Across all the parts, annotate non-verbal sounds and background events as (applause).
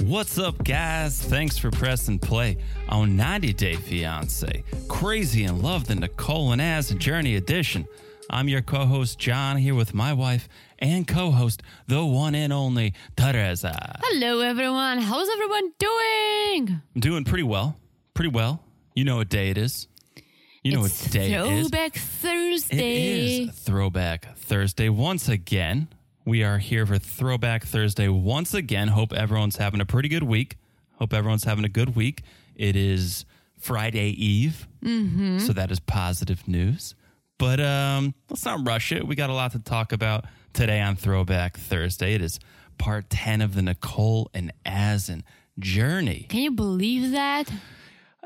What's up, guys? Thanks for pressing play on 90 Day Fiance, Crazy in Love, the Nicole and As Journey Edition. I'm your co host, John, here with my wife and co host, the one and only Teresa. Hello, everyone. How's everyone doing? I'm doing pretty well. Pretty well. You know what day it is. You know it's what day it is. Throwback Thursday. It is Throwback Thursday once again. We are here for Throwback Thursday once again. Hope everyone's having a pretty good week. Hope everyone's having a good week. It is Friday Eve, Mm-hmm. so that is positive news. But um, let's not rush it. We got a lot to talk about today on Throwback Thursday. It is part 10 of the Nicole and Asin journey. Can you believe that?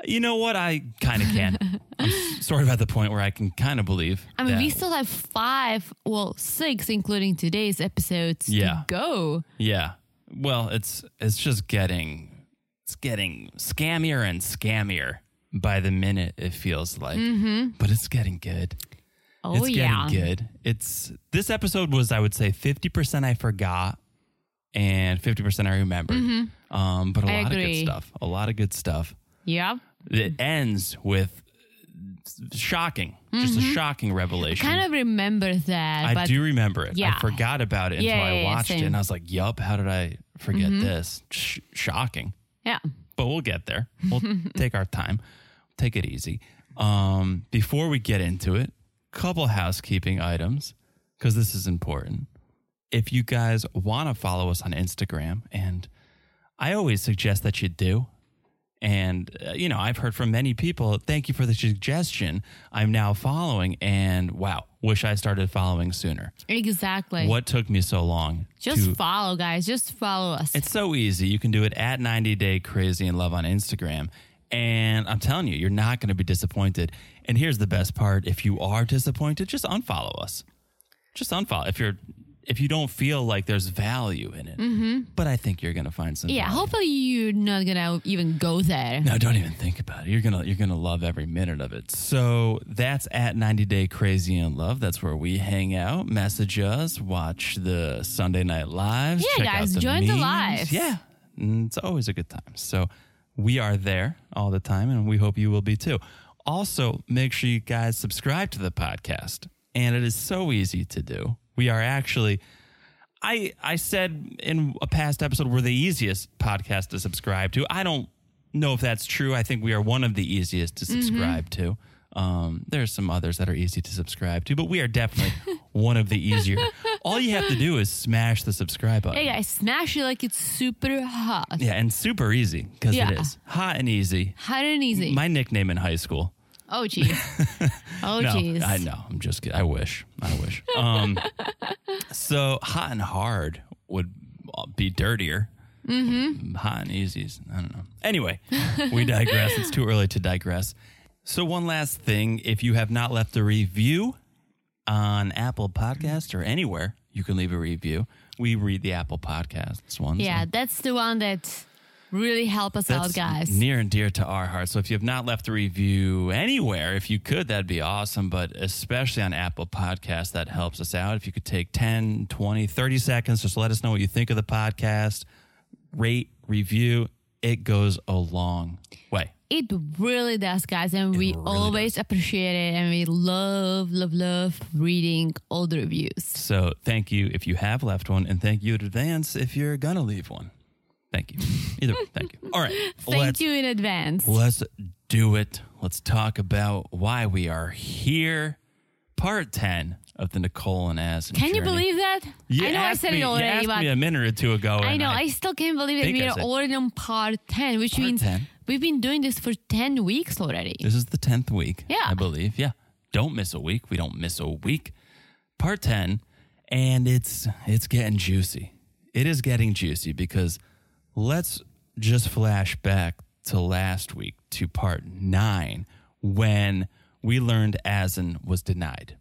You know what? I kind of (laughs) can. I'm s- sort of at the point where I can kind of believe. I mean, that we still have five, well, six, including today's episodes Yeah. to go. Yeah. Well, it's it's just getting it's getting scammier and scammier by the minute it feels like. But it's getting good. Mm-hmm. Oh, it's yeah. getting good. It's this episode was I would say 50% I forgot and 50% I remembered. Um but a Mm-hmm. I lot of good agree. stuff. A lot of good stuff. Yeah. It ends with shocking, just a shocking revelation. Mm-hmm. Kind of remember that. I but do remember it. Yeah. I forgot about it until Yeah, yeah, I yeah, watched it, same. Mm-hmm. and I was like, "Yup, how did I forget this? Sh- shocking." Yeah. But we'll get there. (laughs) We'll take our time, take it easy. Um, before we get into it, couple housekeeping items because this is important. If you guys want to follow us on Instagram, and I always suggest that you do. And, uh, you know, I've heard from many people, thank you for the suggestion. I'm now following, and wow, wish I started following sooner. Exactly. What took me so long? Just to- follow, guys. Just follow us. it's so easy. You can do it at 90 Day Crazy in Love on Instagram. And I'm telling you, you're not going to be disappointed. And here's the best part if you are disappointed, just unfollow us. Just unfollow. If you're. If you don't feel like there's value in it, but I think you're gonna find some. Mm-hmm. yeah. value. Hopefully, you're not going to even go there. No, don't even think about it. You're gonna you're gonna love every minute of it. So that's at 90 Day Crazy in Love. That's where we hang out, message us, watch the Sunday Night Lives. Yeah, check out guys, the join the memes. lives. Yeah, and it's always a good time. So we are there all the time, and we hope you will be too. Also, make sure you guys subscribe to the podcast, and it is so easy to do. We are actually. I I said in a past episode we're the easiest podcast to subscribe to. I don't know if that's true. I think we are one of the easiest Mm-hmm. to subscribe to. Um, there are some others that are easy to subscribe to, but we are definitely (laughs) one of the easier. All you have to do is smash the subscribe button. Hey, guys, smash it like it's super hot. Yeah, and super easy because Yeah. it is hot and easy. Hot and easy. My nickname in high school. oh, (laughs) jeez. oh, no, jeez. I know. I'm just kidding. I wish. I wish. (laughs) Um, so hot and hard would be dirtier. Mm-hmm. Hot and easy's. I don't know. Anyway, (laughs) we digress. it's too early to digress. So one last thing: if you have not left a review on Apple Podcast or anywhere, you can leave a review. We read the Apple Podcasts ones. Yeah, that's the one that really help us out, That's guys. Near and dear to our hearts. So if you have not left a review anywhere, if you could, that'd be awesome. But especially on Apple Podcasts, that helps us out. If you could take 10, 20, 30 seconds, just let us know what you think of the podcast, rate, review. It goes a long way. it really does, guys, and we really always appreciate it, and we love, love, love reading all the reviews. So thank you if you have left one, and thank you in advance if you're going to leave one. Thank you. Either way, thank you. All right. (laughs) Thank let's you in advance. Let's do it. Let's talk about why we are here. Part 10 of the Nicole and As. Can you believe that? You I know I asked said me- it You already, asked but me a minute or two ago. I and know I still can't believe that think we I are said- already on part ten, which Part means 10. we've been doing this for ten weeks already. This is the 10th week. Yeah. I believe. Yeah. Don't miss a week. We don't miss a week. Part 10. And it's it's getting juicy. It is getting juicy because let's just flash back to last week to part 9 when we learned Asin was denied.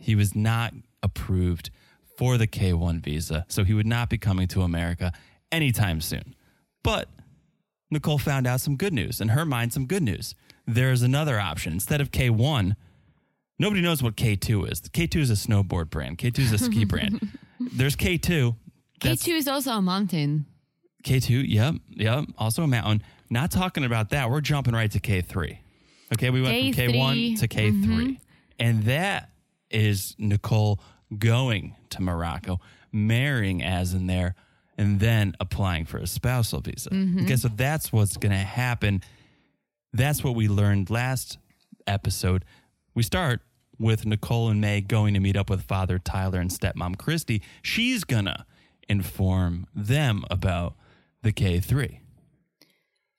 He was not approved for the K 1 visa, so he would not be coming to America anytime soon. But Nicole found out some good news. In her mind, some good news. There is another option. Instead of K1, nobody knows what K2 is. K2 is a snowboard brand, K2 is a ski brand. There's K2. K That's two is also a mountain. K2, yep, yep. Also a mountain. Not talking about that. We're jumping right to K3. Okay, we went from K3. K1 to K3. And that is Nicole going to Morocco, marrying as in there, and then applying for a spousal visa. Okay, so that's what's going to happen. That's what we learned last episode. We start with Nicole and May going to meet up with Father Tyler and stepmom Christy. She's gonna inform them about the K3.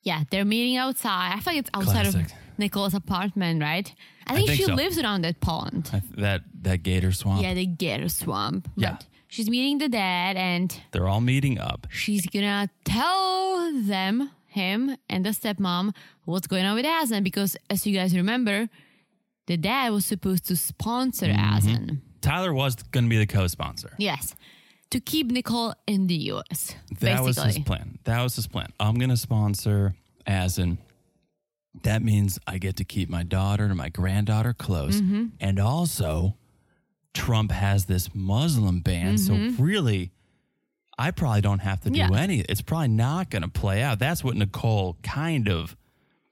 Yeah, they're meeting outside. I think it's outside Classic. of Nicole's apartment, right? I think, think she so. lives around that pond. That that gator swamp. Yeah, the gator swamp. Yeah. But she's meeting the dad and They're all meeting up. she's gonna tell them, him and the stepmom, what's going on with Asen because as you guys remember, the dad was supposed to sponsor Mm-hmm. Asen. Tyler was gonna be the co-sponsor. Yes. To keep Nicole in the US. That basically. was his plan. That was his plan. I'm gonna sponsor as in that means I get to keep my daughter and my granddaughter close. Mm-hmm. And also Trump has this Muslim ban. So really I probably don't have to do Mm-hmm. Yeah. any. It's probably not gonna play out. That's what Nicole kind of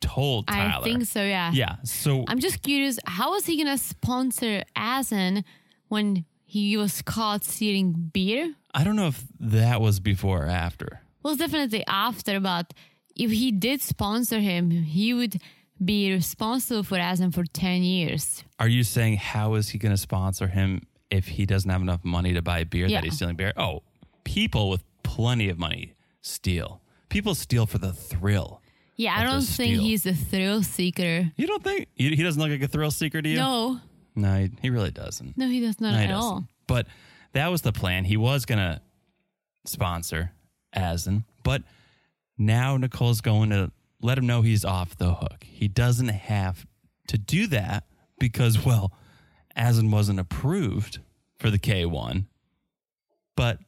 told Tyler. I think so, yeah. Yeah. So I'm just curious, how is he gonna sponsor Asen when he was caught stealing beer? I don't know if that was before or after. Well, it's definitely after, but if he did sponsor him, he would be responsible for Asen for 10 years. Are you saying how is he going to sponsor him if he doesn't have enough money to buy beer Yeah. that he's stealing beer? Oh, people with plenty of money steal. People steal for the thrill. Yeah, I That's a don't think steal. he's a thrill seeker. You don't think he he doesn't look like a thrill seeker to you? No, no, he, he really doesn't. no, he does not No, he at doesn't. all. But that was the plan. He was going to sponsor Asin, but now Nicole's going to let him know he's off the hook. He doesn't have to do that because, well, Asin wasn't approved for the K1. But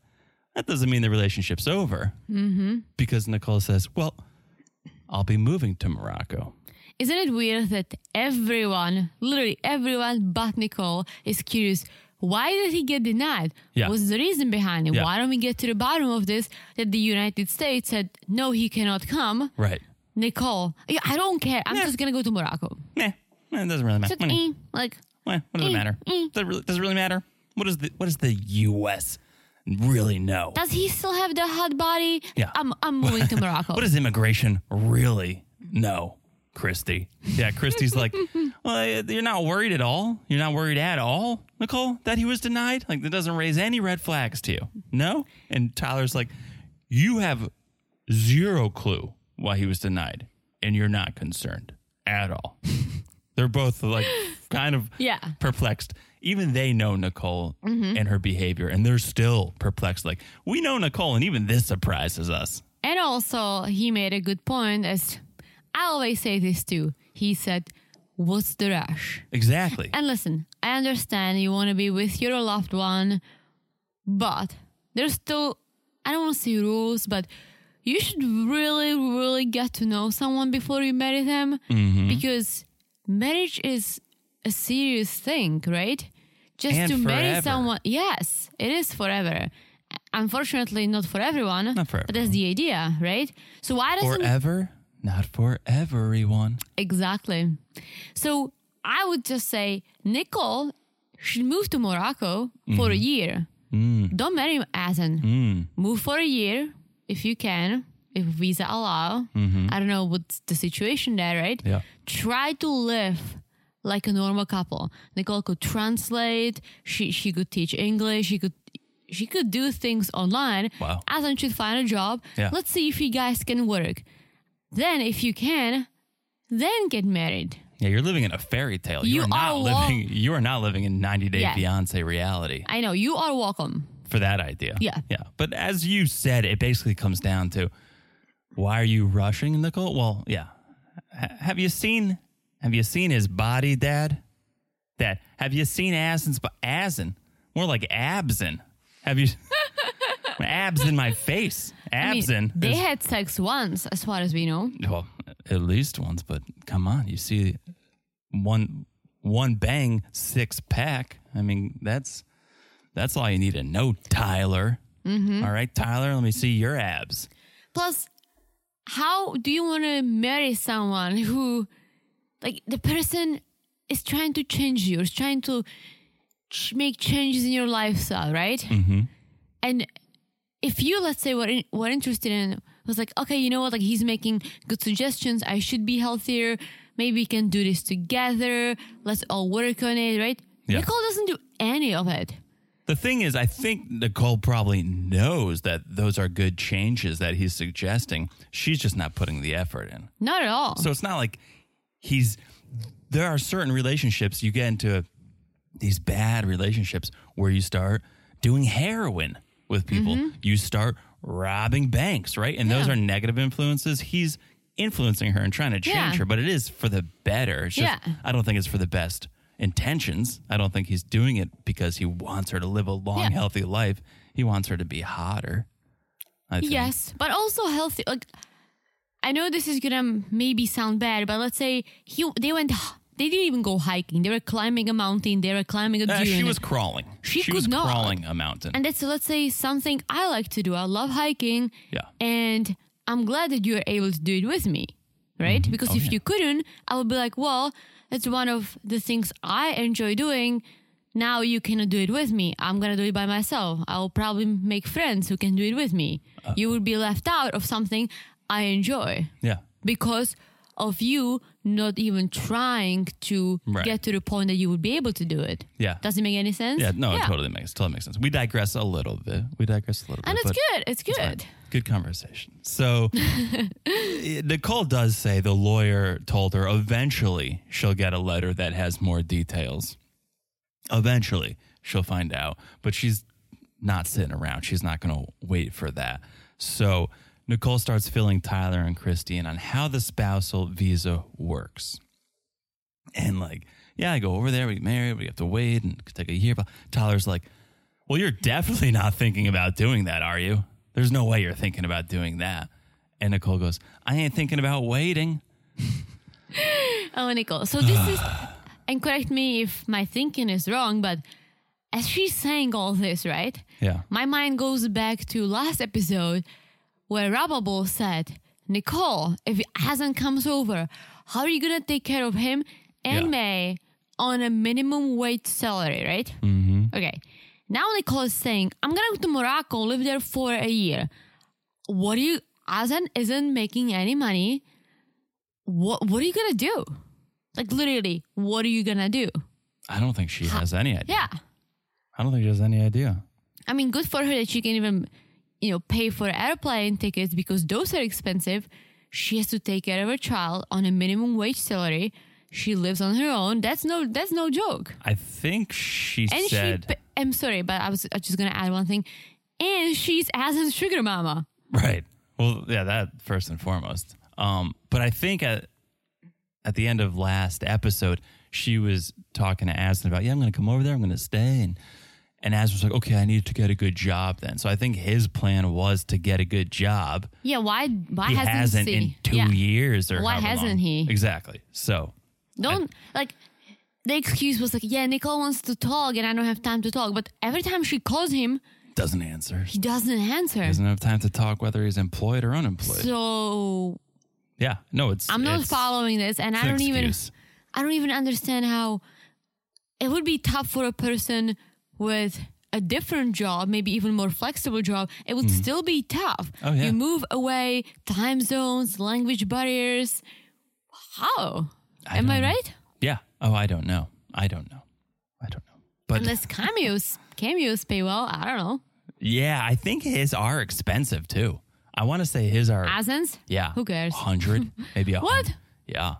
that doesn't mean the relationship's over mm-hmm. because Nicole says, well, I'll be moving to Morocco. Isn't it weird that everyone, literally everyone but Nicole, is curious? Why did he get denied? Yeah. What's the reason behind it? Yeah. Why don't we get to the bottom of this? That the United States said, no, he cannot come. Right. Nicole, yeah, I don't care. I'm just going to go to Morocco. Nah, nah, it doesn't really matter. It's like, eh, like, Why? What does it Mm, matter? mm. Does it really, does it really matter? What does the what does the U.S. really know? does he still have the hot body? Yeah. I'm, I'm (laughs) moving to Morocco. what does immigration really know, Christy? Yeah, Christy's like, well, eh, you're not worried at all. You're not worried at all, Nicole, that he was denied. Like that doesn't raise any red flags to you, no? And Tyler's like, you have zero clue why he was denied, and you're not concerned at all. They're both like kind of Yeah. perplexed. Even they know Nicole and her behavior, and they're still perplexed. Like, we know Nicole, and even this surprises us. And also, he made a good point, as I always say this too. He said, What's the rush? Exactly. And listen, I understand you want to be with your loved one, but there's still, I don't want to say rules, but you should really, really get to know someone before you marry them Mm-hmm. because marriage is a serious thing, right? Just And to marry forever. someone, yes, it is forever. Unfortunately, not for everyone, Not for but that's the idea, right? So why doesn't Forever, not for everyone. Exactly. So I would just say Nicole should move to Morocco for a year. Don't marry Asen. Move for a year if you can, if visa allow. I don't know what's the situation there, right? Yeah. Try to live like a normal couple. Nicole could translate. She she could teach English. She could she could do things online. Wow. Asen should find a job. Yeah. Let's see if you guys can work. Then, if you can, then get married. Yeah, you're living in a fairy tale. You, You are not are wa- living. You are not living in 90 Day Yeah. Fiance reality I know you are welcome. for that idea. Yeah. yeah. But as you said, it basically comes down to why are you rushing, Nicole? Well, yeah. H- have you seen? Have you seen his body, Dad? Dad, have you seen Asin's? But Asin, more like Absin. Have you? (laughs) abs in my face. I mean, Absin. they is- had sex once, as far as we know. well, at least once, but come on, you see one one bang, six pack. I mean, that's that's all you need to know, Tyler. All right, Tyler, let me see your abs. Plus, how do you want to marry someone who, like, the person is trying to change you, is trying to ch- make changes in your lifestyle, right? And if you, let's say, were, in, were interested in, was like, okay, you know what, like, he's making good suggestions. I should be healthier. Maybe we can do this together. Let's all work on it, right? Yeah. Nicole doesn't do any of it. The thing is, I think Nicole probably knows that those are good changes that he's suggesting. She's just not putting the effort in. Not at all. So it's not like he's. There are certain relationships you get into these bad relationships where you start doing heroin with people. You start robbing banks, right? And those Mm-hmm. are Yeah. negative influences. He's influencing her and trying to change Yeah. her, but it is for the better. It's just, Yeah. I don't think it's for the best intentions. I don't think he's doing it because he wants her to live a long, Yeah. healthy life. He wants her to be hotter. I think. Yes, but also healthy. Like, I know this is gonna maybe sound bad, but let's say he they went. They didn't even go hiking. They were climbing a mountain. They were climbing a dune. Uh, she was crawling. She could was not. crawling a mountain. and that's let's say something I like to do. I love hiking. Yeah. And I'm glad that you are able to do it with me, right? Because if Mm-hmm. Oh, yeah. you couldn't, I would be like, well, that's one of the things I enjoy doing. Now you cannot do it with me. I'm gonna do it by myself. I'll probably make friends who can do it with me. Uh. you would be left out of something I enjoy yeah. because of you not even trying to Right. get to the point that you would be able to do it. Yeah. Does it make any sense? Yeah, no, it totally makes totally makes sense. We digress a little bit. We digress a little And bit. it's but good. It's good. fine. Good conversation. So (laughs) eh, Nicole does say the lawyer told her eventually she'll get a letter that has more details. Eventually she'll find out, but she's not sitting around. She's not going to wait for that. So Nicole starts filling Tyler and Christy in on how the spousal visa works. And like, yeah, I go over there, we get married, we have to wait and it could take a year. But Tyler's like, well, you're definitely not thinking about doing that, are you? There's no way you're thinking about doing that. And Nicole goes, I ain't thinking about waiting. Oh, Nicole. So this is, and correct me if my thinking is wrong, but as she's saying all this, right? Yeah. My mind goes back to last episode where Rababo said, Nicole, if Hassan comes over, how are you going to take care of him and Yeah. May on a minimum wage salary, right? Mm-hmm. Okay. Now Nicole is saying, I'm going to go to Morocco, live there for a year. What do you, Hassan isn't making any money. What, what are you going to do? Like, literally, what are you going to do? I don't think she has any idea. Yeah. I don't think she has any idea. I mean, good for her that she can even, you know, pay for airplane tickets because those are expensive. She has to take care of her child on a minimum wage salary. She lives on her own. That's no, that's no joke. I think she And said, she, pa- I'm sorry, but I was I just gonna add one thing. And she's as a sugar mama. right. Well, yeah, that first and foremost. Um, but I think at, at the end of last episode, she was talking to Aslan about, yeah, I'm going to come over there, I'm going to stay. And, and Aslan was like, okay, I need to get a good job then. So I think his plan was to get a good job. Yeah, why? Why he hasn't, hasn't she? in two yeah. years or Why however hasn't long. he? exactly so Don't like the excuse was like, yeah, Nicole wants to talk and I don't have time to talk. But every time she calls him, doesn't answer he doesn't answer. doesn't have time to talk whether he's employed or unemployed so yeah no it's I'm not it's- following this, and it's I an don't even excuse. I don't even understand how it would be tough for a person with a different job, maybe even more flexible job. It would still be tough. Mm-hmm. Oh, yeah. You move away, time zones, language barriers. How am I don't know. right? yeah oh i don't know i don't know i don't know but Unless cameos cameos pay well, I don't know. yeah i think his are expensive too i want to say his are Asens? yeah Who cares? (laughs) 100 maybe a What? hundred. yeah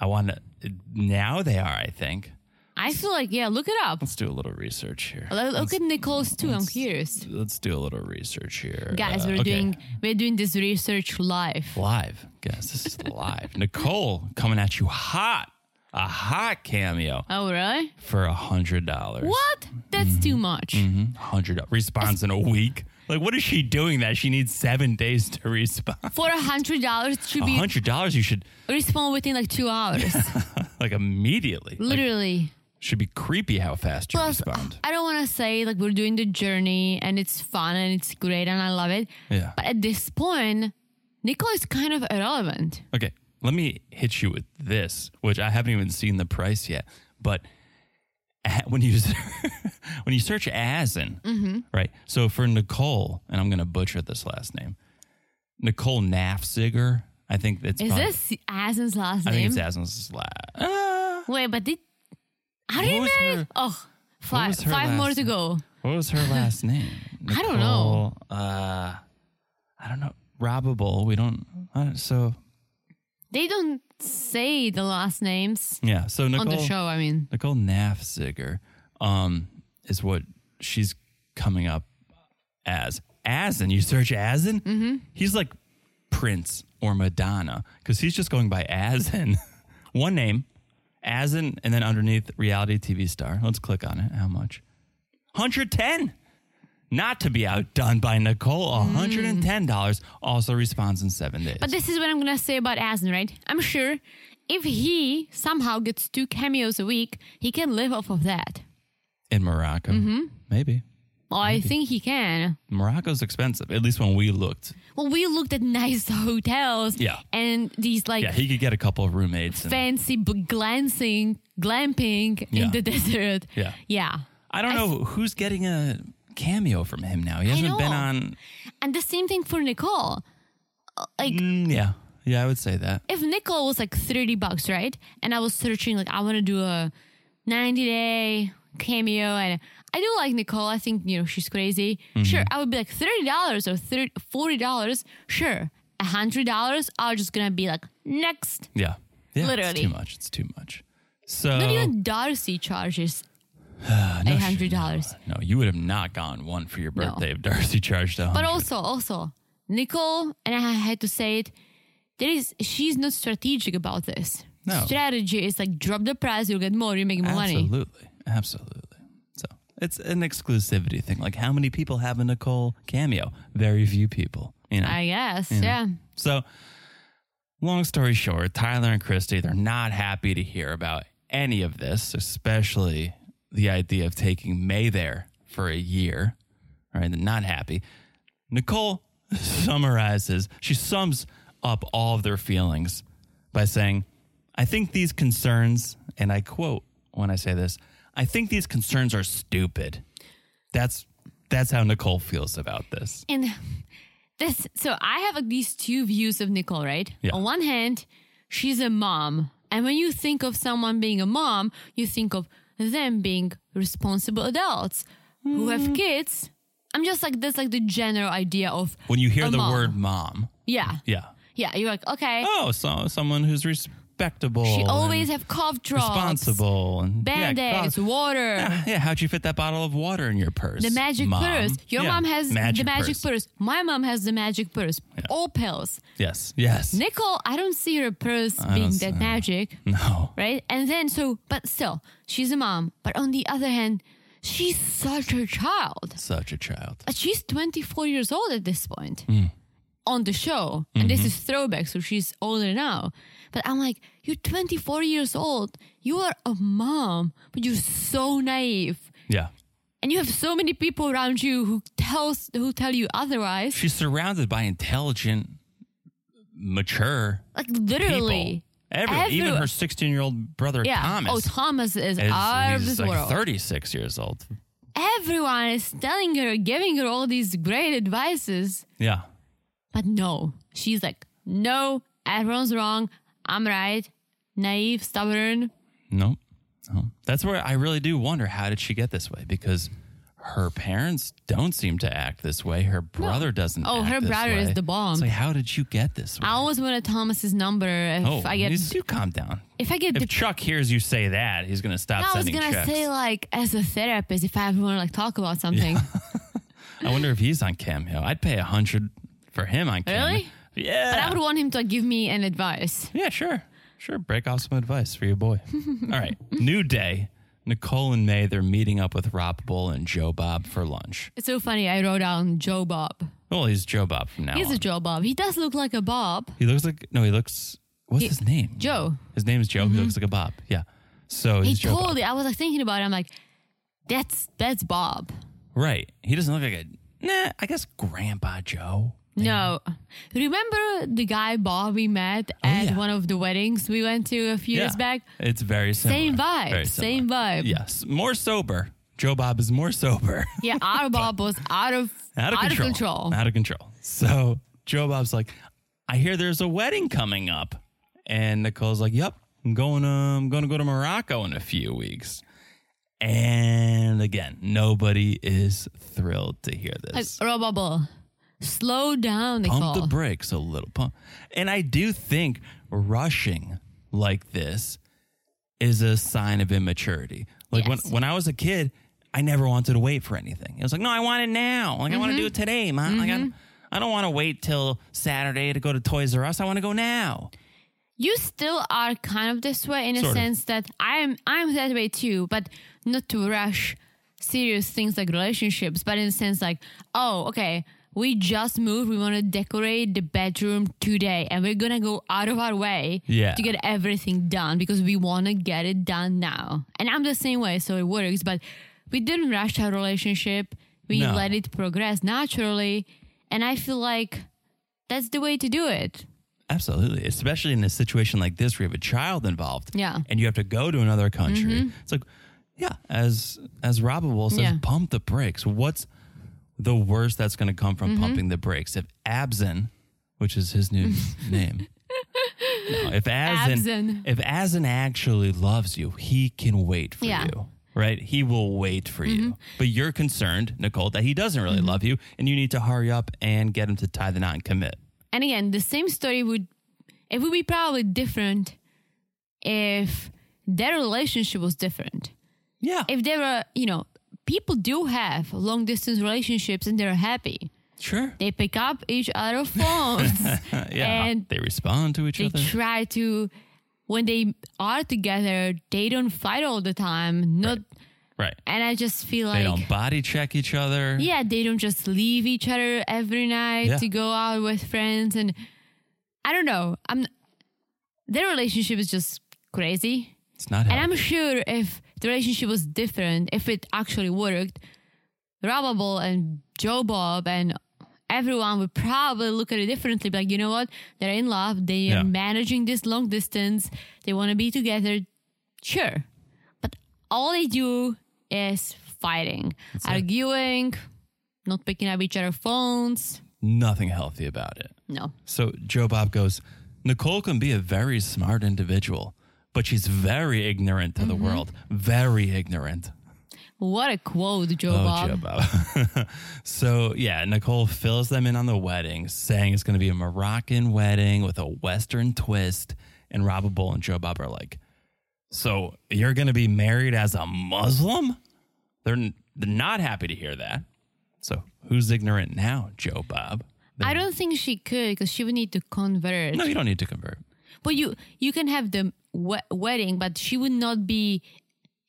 i want to now they are i think I feel like yeah. Look it up. let's do a little research here Look look at Nicole's too. I'm curious, let's do a little research here guys. Uh, We're okay. doing we're doing this research live. live. Guys, this is live. (laughs) Nicole coming at you hot. A hot cameo Oh really? for a hundred dollars. What? That's too Mm-hmm. much. Hundred response in a week. Like, what is she doing? That she needs seven days to respond. For a hundred dollars, it should A be hundred dollars, you should respond within like two hours. like immediately. Like, Literally, Should be creepy how fast you Plus, respond. I don't want to say like we're doing the journey and it's fun and it's great and I love it. Yeah. But at this point, Nicole is kind of irrelevant. Okay, let me hit you with this, which I haven't even seen the price yet. But a- when you (laughs) when you search Asin, Mm-hmm. right? So for Nicole, and I'm going to butcher this last name, Nicole Nafziger. I think it's Is probably- this Asin's last I name? think it's Asin's last. Ah, Wait, but did how What did was marry? her- Oh, five, was her five more last to name? go. what was her (laughs) last name? I don't know. Nicole, Uh, I don't know. Robable. We don't. I don't so They don't say the last names yeah. So Nicole on the show. I mean, Nicole Nafziger um, is what she's coming up as. Asin, you search Asin, mm-hmm. he's like Prince or Madonna because he's just going by Asin. (laughs) One name, Asin, and then underneath reality TV star. Let's click on it. How much? 110 Not to be outdone by Nicole, $110. Also responds in seven days. but this is what I'm gonna say about Asin, right? I'm sure if he somehow gets two cameos a week, he can live off of that. in Morocco, maybe. Well, I think he can. Morocco's expensive, at least when we looked. Well, we looked at nice (laughs) hotels. Yeah. And these like Yeah, he could get a couple of roommates. And, fancy b- glancing, glamping Yeah. in the (laughs) desert. Yeah. Yeah. I don't know who's getting a cameo from him now. He hasn't been know. on. And the same thing for Nicole. Uh, Like, Mm, yeah, yeah, I would say that. if Nicole was like 30 bucks, right? And I was searching, like, I want to do a 90 day cameo. And I do like Nicole. I think, you know, she's crazy. Mm-hmm. Sure. I would be like $30 or 30, $40. Sure. $100. I was just going to be like, next. Yeah, yeah, it's Literally. too much. It's too much. So Not even Darcy charges uh, no, $800. sh- no, you would have not gone one for your No. birthday if Darcy charged a But hundred. also, also Nicole, and I had to say it. There is she's not strategic about this. No. Strategy is like drop the price, you'll get more, you make more money. Absolutely, absolutely. So it's an exclusivity thing. Like how many people have a Nicole cameo? Very few people. You know. I guess, yeah. So, long story short, Tyler and Christy, they're not happy to hear about any of this, especially the idea of taking May there for a year. All right, they're not happy. Nicole summarizes, she sums up all of their feelings by saying, I think these concerns, and I quote when I say this, I think these concerns are stupid. That's that's how Nicole feels about this. And this, so I have like these two views of Nicole, right? Yeah. On one hand, she's a mom, and when you think of someone being a mom, you think of them being responsible adults who Hmm. have kids. I'm just like that's like the general idea of When you hear a the mom. word mom, yeah, yeah, yeah. You're like okay, oh, so someone who's respectable. She and always have cough drops, responsible and yeah, band-aids, God. water, Yeah, how'd you fit that bottle of water in your purse? the magic Mom. purse. Your Yeah, mom has the magic purse. My mom has the magic purse. All pills. Yes, yes. Nicole, I don't see her purse being that magic, no, right? And then so, but still, she's a mom. But on the other hand, she's such a child. such a child. But she's 24 years old at this point Hmm. on the show. And this is Mm-hmm. throwback, so she's older now. But I'm like, you're 24 years old. You are a mom, but you're so naive. Yeah, And you have so many people around you who tells who tell you otherwise. she's surrounded by intelligent, mature Like people. literally. Everyone, even Everyone. her sixteen-year-old brother Yeah. Thomas. Oh, Thomas is, is- out of he's this like world. thirty-six years old. Everyone is telling her, giving her all these great advices. Yeah, But no, she's like, no, everyone's wrong. I'm right. Naive, stubborn. No. No. That's where I really do wonder how did she get this way because her parents don't seem to act this way. Her brother doesn't. Oh, act her this brother is way. the bomb. It's like, how did you get this way? I always wanted Thomas's number if oh, I get you calm down. if I get If the Chuck hears you say that, he's going to stop I was sending gonna checks. say like as a therapist if I ever want to like talk about something. I wonder if he's on Cameo. I'd pay a hundred for him on Cameo. Really? Yeah. But I would want him to like, give me an advice. Yeah, sure. Sure. Break off some advice for your (laughs) boy. All right. New day. Nicole and May, they're meeting up with Rob Bull and Joe Bob for lunch. It's so funny. I wrote down Joe Bob. Well, he's Joe Bob from now He's on. a Joe Bob. He does look like a Bob. He looks like no. He looks. What's his name? Joe. Mm-hmm. His name is Joe. He looks like a Bob. Yeah. So He he's Joe Bob. totally. I was like thinking about it. I'm like, that's that's Bob. Right. He doesn't look like a nah, I guess Grandpa Joe. No, remember the guy Bob we met at Oh, yeah. one of the weddings we went to a few years back? It's very similar. Same vibe, Very similar. same vibe. Yes. More sober. Joe Bob is more (laughs) sober. Yeah, our Bob was out of out of control. control. Out of control. So Joe Bob's like, I hear there's a wedding coming up. And Nicole's like, Yep, I'm going to I'm gonna go to Morocco in a few weeks. And again, nobody is thrilled to hear Like, this. Robable, slow down, Nicole. pump the brakes a little pump and i do think rushing like this is a sign of immaturity like Yes. when, when i was a kid i never wanted to wait for anything it was like no i want it now like i want to do it today mom like I'm, i don't want to wait till saturday to go to toys r us i want to go now you still are kind of this way in a Sort of. sense that I'm I'm that way too, but not to rush serious things like relationships, but in a sense like, oh, okay, we just moved, we want to decorate the bedroom today, and we're gonna go out of our way Yeah. to get everything done because we want to get it done now. And I'm the same way, so it works. But we didn't rush our relationship; we No. let it progress naturally, and I feel like that's the way to do it. Absolutely. Especially in a situation like this where you have a child involved. Yeah. Mm-hmm. And you have to go to another country. It's like, yeah, as as Robable says, Yeah. pump the brakes. What's the worst that's gonna come Mm-hmm. from pumping the brakes? If Abzin, which is his (laughs) new name. No, if Azin Abzin. if Azin actually loves you, he can wait for Yeah. Mm-hmm. you. Right? He will wait for you. But you're concerned, Nicole, that he doesn't really love you and you need to hurry up and get him to tie the knot and commit. and again, the same story would it would be probably different if their relationship was different. Yeah. If they were, you know, people do have long distance relationships and they're happy. sure. They pick up each (laughs) other phones. yeah, And they respond to each (laughs) they other. try to when they are together, they don't fight all the time. Not right. and I just feel They like don't body check each other. yeah, they don't just leave each other every night Yeah. to go out with friends and I don't know. I'm their relationship is just crazy. It's not And healthy. I'm sure if the relationship was different, if it actually worked, Robable and Joe Bob and everyone would probably look at it differently. Be like, you know what? They're in love. They Yeah. are managing this long distance. They want to be together. Sure. But all they do is fighting, it. arguing, not picking up each other phones. Nothing healthy about it. No. So Joe Bob goes, Nicole can be a very smart individual, but she's very ignorant to the Mm-hmm. world. Very ignorant. What a quote, Joe Oh, Bob. Joe Bob. (laughs) so yeah, Nicole fills them in on the wedding, saying it's going to be a Moroccan wedding with a Western twist. And Robba Bull and Joe Bob are like, "So you're going to be married as a Muslim?" They're, n- they're not happy to hear that. So who's ignorant now, Joe Bob? I don't think she could because she would need to convert. No, you don't need to convert. But you you can have the we- wedding, but she would not be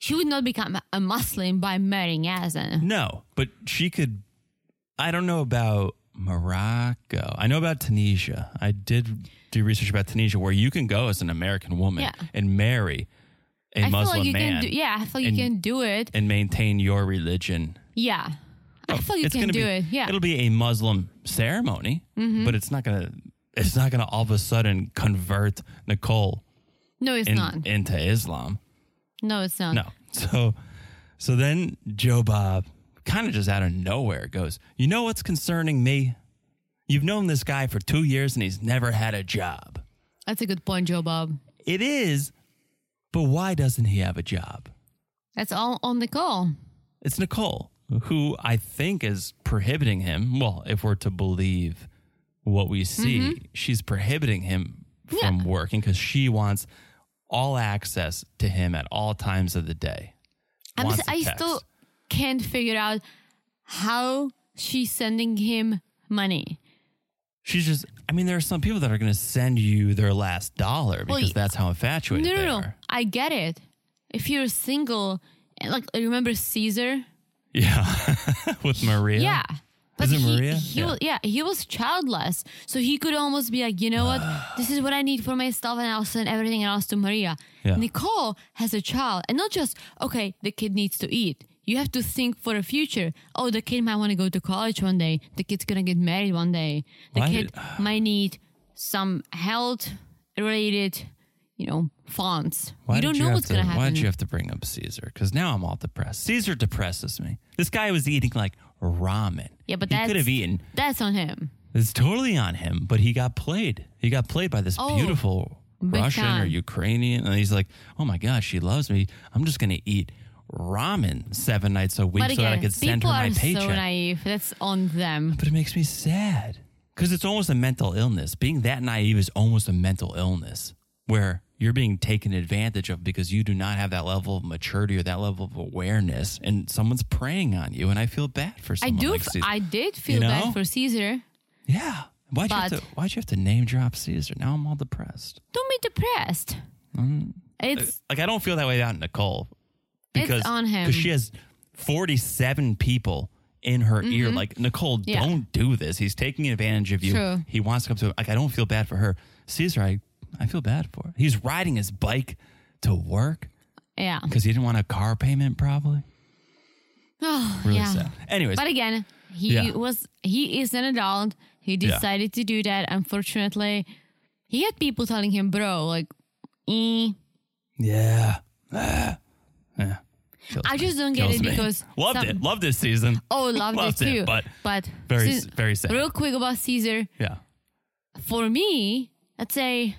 she would not become a Muslim by marrying Azan. No, but she could. I don't know about Morocco. I know about Tunisia. I did do research about Tunisia, where you can go as an American woman Yeah. and marry a I Muslim feel like you man can do yeah, I feel like and- you can do it. and maintain your religion. Yeah. I feel like you Oh, It's can gonna do be- it. Yeah. Mm-hmm. it'll be a Muslim ceremony, but it's not gonna. It's not gonna all of a sudden convert Nicole No, it's in- not. into Islam. No, it's (laughs) not. No. So so then Joe Bob kind of just out of nowhere goes, "You know what's concerning me? You've known this guy for 2 years and he's never had a job." That's a good point, Joe Bob. It is, but why doesn't he have a job? That's all on the call. It's Nicole who I think is prohibiting him. Well, if we're to believe what we see, Mm-hmm. she's prohibiting him from working cuz she wants all access to him at all times of the day. I'm Wants s- to I text. still can't figure out how she's sending him money. She's just. I mean, there are some people that are going to send you their last dollar because y- that's how infatuated No, they no, no. are. (laughs) I get it. If you're single, and like remember Caesar? Yeah, with Maria. Yeah. But Is it he, Maria? He Yeah. Was, yeah, he was childless. So he could almost be like, you know (sighs) what? This is what I need for myself, and I'll send everything else to Maria. Yeah. Nicole has a child, and not just, okay, the kid needs to eat. You have to think for the future. Oh, the kid might want to go to college one day. The kid's going to get married one day. The Why kid (sighs) might need some health related, you know, funds. you don't did know have what's to- going to happen. Why did you have to bring up Caesar? Because now I'm all depressed. Caesar depresses me. This guy was eating like ramen. Yeah, but he that's- could have eaten. That's on him. It's totally on him, but he got played. He got played by this Oh, beautiful big Russian or time. Ukrainian, and he's like, "Oh my gosh, she loves me. I'm just gonna eat ramen seven nights a week But so that I again, could send her people my are paycheck." so naive. That's on them. but it makes me sad because it's almost a mental illness. Being that naive is almost a mental illness where you're being taken advantage of because you do not have that level of maturity or that level of awareness, and someone's preying on you. And I feel bad for I someone. do. like f- Caesar. I did feel You know? bad for Caesar. yeah. Why'd you, have But- to, why'd you have to name drop Caesar? Now I'm all depressed. Don't be depressed. Mm-hmm. It's Like I don't feel that way about Nicole because it's on him. because she has forty seven people in her ear. Like Nicole, Mm-hmm. Yeah. don't do this. He's taking advantage of you. True. He wants to come to him. Like I don't feel bad for her. Caesar, I I feel bad for. He's riding his bike to work yeah. because he didn't want a car payment. Probably Oh, really yeah. sad. Anyways, But again, he Yeah. was. He is an adult. He Yeah. decided to do that. Unfortunately, he had people telling him, "Bro, like." eh." yeah, Ah. yeah. Kills I me. just don't get Kills it me. because loved some- it. Loved this season. Oh, (laughs) loved, Loved it it, too. but very, Very very sad. real quick about Caesar. Yeah. for me, let's say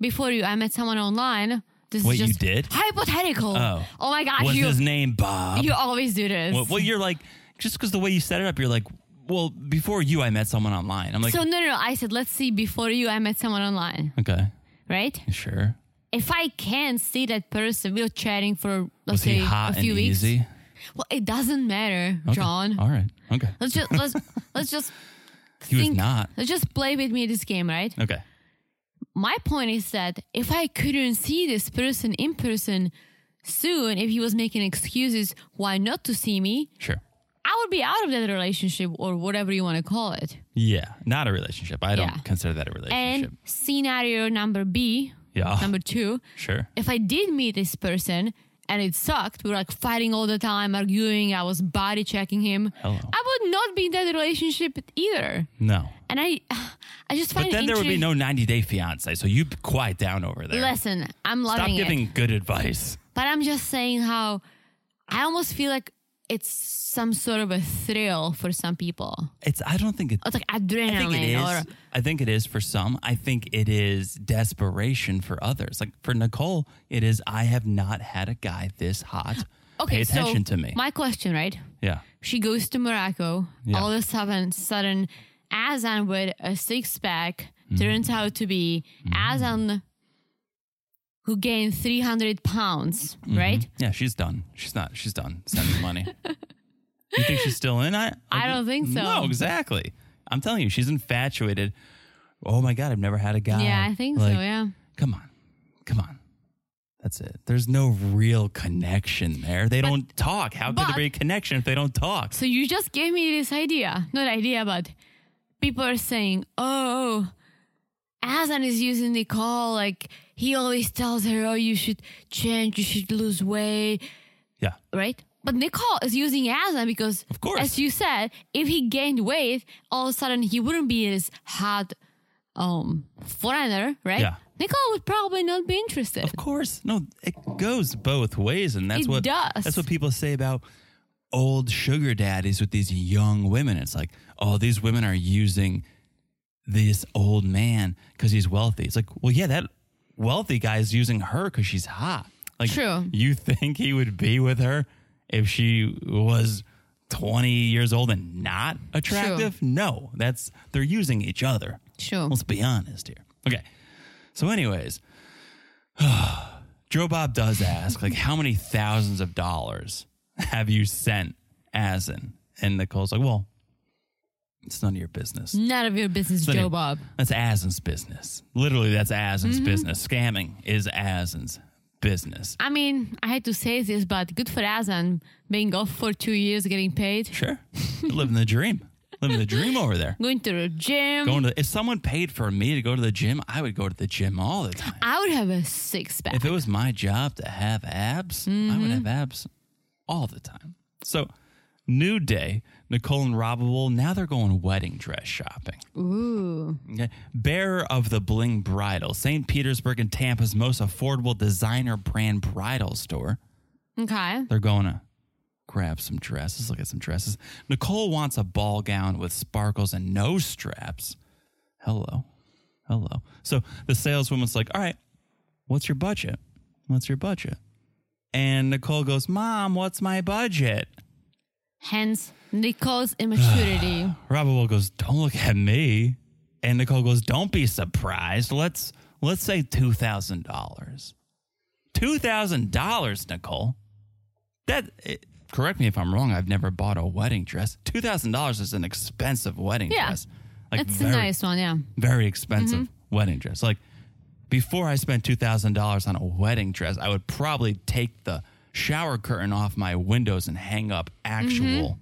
before you, I met someone online. This Wait, is you just did? hypothetical. Oh. my gosh, Was you his name Bob? you always do this. Well, well, you're like, just because the way you set it up, you're like, well, before you, I met someone online. I'm like, so no, no, no, I said let's see. Before you, I met someone online, okay, right? sure. If I can see that person, we were chatting for let's Was say he hot a few and weeks. easy? Well, it doesn't matter, Okay. John. All right. Okay. Let's just let's let's just (laughs) He was think- not. let's just play with me this game, right? Okay. my point is that if I couldn't see this person in person soon, if he was making excuses why not to see me, Sure. I would be out of that relationship or whatever you want to call it. Yeah. Not a relationship. I don't Yeah. consider that a relationship. And scenario number B, yeah. number two, (laughs) sure. if I did meet this person and it sucked, we were like fighting all the time, arguing, I was body checking him, Hello. I would not be in that relationship either. No. And I, (sighs) I just find But it then there would be intriguing- no 90 day fiance. So you quiet down over there. Listen, I'm loving Stop it. giving good advice. But I'm just saying how I almost feel like it's some sort of a thrill for some people. It's. I don't think it. It's like I adrenaline think it is. or I think it is for some. I think it is desperation for others. Like for Nicole, it is I have not had a guy this (gasps) hot pay attention so to me. My question, right? yeah. She goes to Morocco, Yeah. all of a sudden sudden Azan with a six pack turns Mm. out to be Mm-hmm. Azan who gained three hundred pounds, Mm-hmm. right? Yeah, she's done. She's not. She's done sending (laughs) money. you think she's still in? I I don't think so. No, exactly. I'm telling you, she's infatuated. Oh my god, I've never had a guy. Yeah, I think Like, so, yeah. Come on. Come on. That's it. There's no real connection there. They don't talk. How could but- there be a connection if they don't talk? So you just gave me this idea. Not idea, but people are saying, oh, Azan is using the call. Like, he always tells her, oh, you should change, you should lose weight, Yeah. right? But Nicole is using Azan because, of course. as you said, if he gained weight, all of a sudden he wouldn't be this hot um, foreigner, right? Yeah. Nicole would probably not be interested. Of course. No, it goes both ways. And that's It what does. that's what people say about old sugar daddies with these young women. It's like, oh, these women are using this old man because he's wealthy. It's like, well, yeah, that wealthy guy is using her because she's hot. Like True. you (laughs) think he would be with her if she was 20 years old and not attractive? No. That's they're using each other. Sure. Let's be honest here. Okay. So, anyways, (sighs) Joe Bob does ask, like, how many thousands of dollars have you sent Asin? And Nicole's like, well, it's none of your business. None of your business, None of Joe your- Bob. That's Asin's business. Literally, that's Asin's business. Scamming is Asin's business. I mean, I hate to say this, but good for Azan being off for two years, getting paid. Sure. Living the dream. living the dream over there. Going to the gym. Going to if someone paid for me to go to the gym, I would go to the gym all the time. I would have a six pack. If it was my job to have abs, I would have abs all the time. So, new day, Nicole and Rob will now they're going wedding dress shopping. Ooh. Okay. Bearer of the Bling Bridal, St. Petersburg and Tampa's most affordable designer brand bridal store. Okay. They're going to grab some dresses, look at some dresses. Nicole wants a ball gown with sparkles and no straps. Hello. Hello. So the saleswoman's like, All right, what's your budget? What's your budget? And Nicole goes, Mom, what's my budget? Hence (sighs) Nicole's immaturity. Robert Will goes, "Don't look at me," and Nicole goes, "Don't be surprised. Let's let's say two thousand dollars. Two thousand dollars, Nicole. That eh, correct me if I'm wrong. I've never bought a wedding dress. Two thousand dollars is an expensive wedding Yeah. dress. Like That's very a nice Mm-hmm. one, yeah. very expensive wedding dress. Like before I spent two thousand dollars on a wedding dress, I would probably take the shower curtain off my windows and hang up actual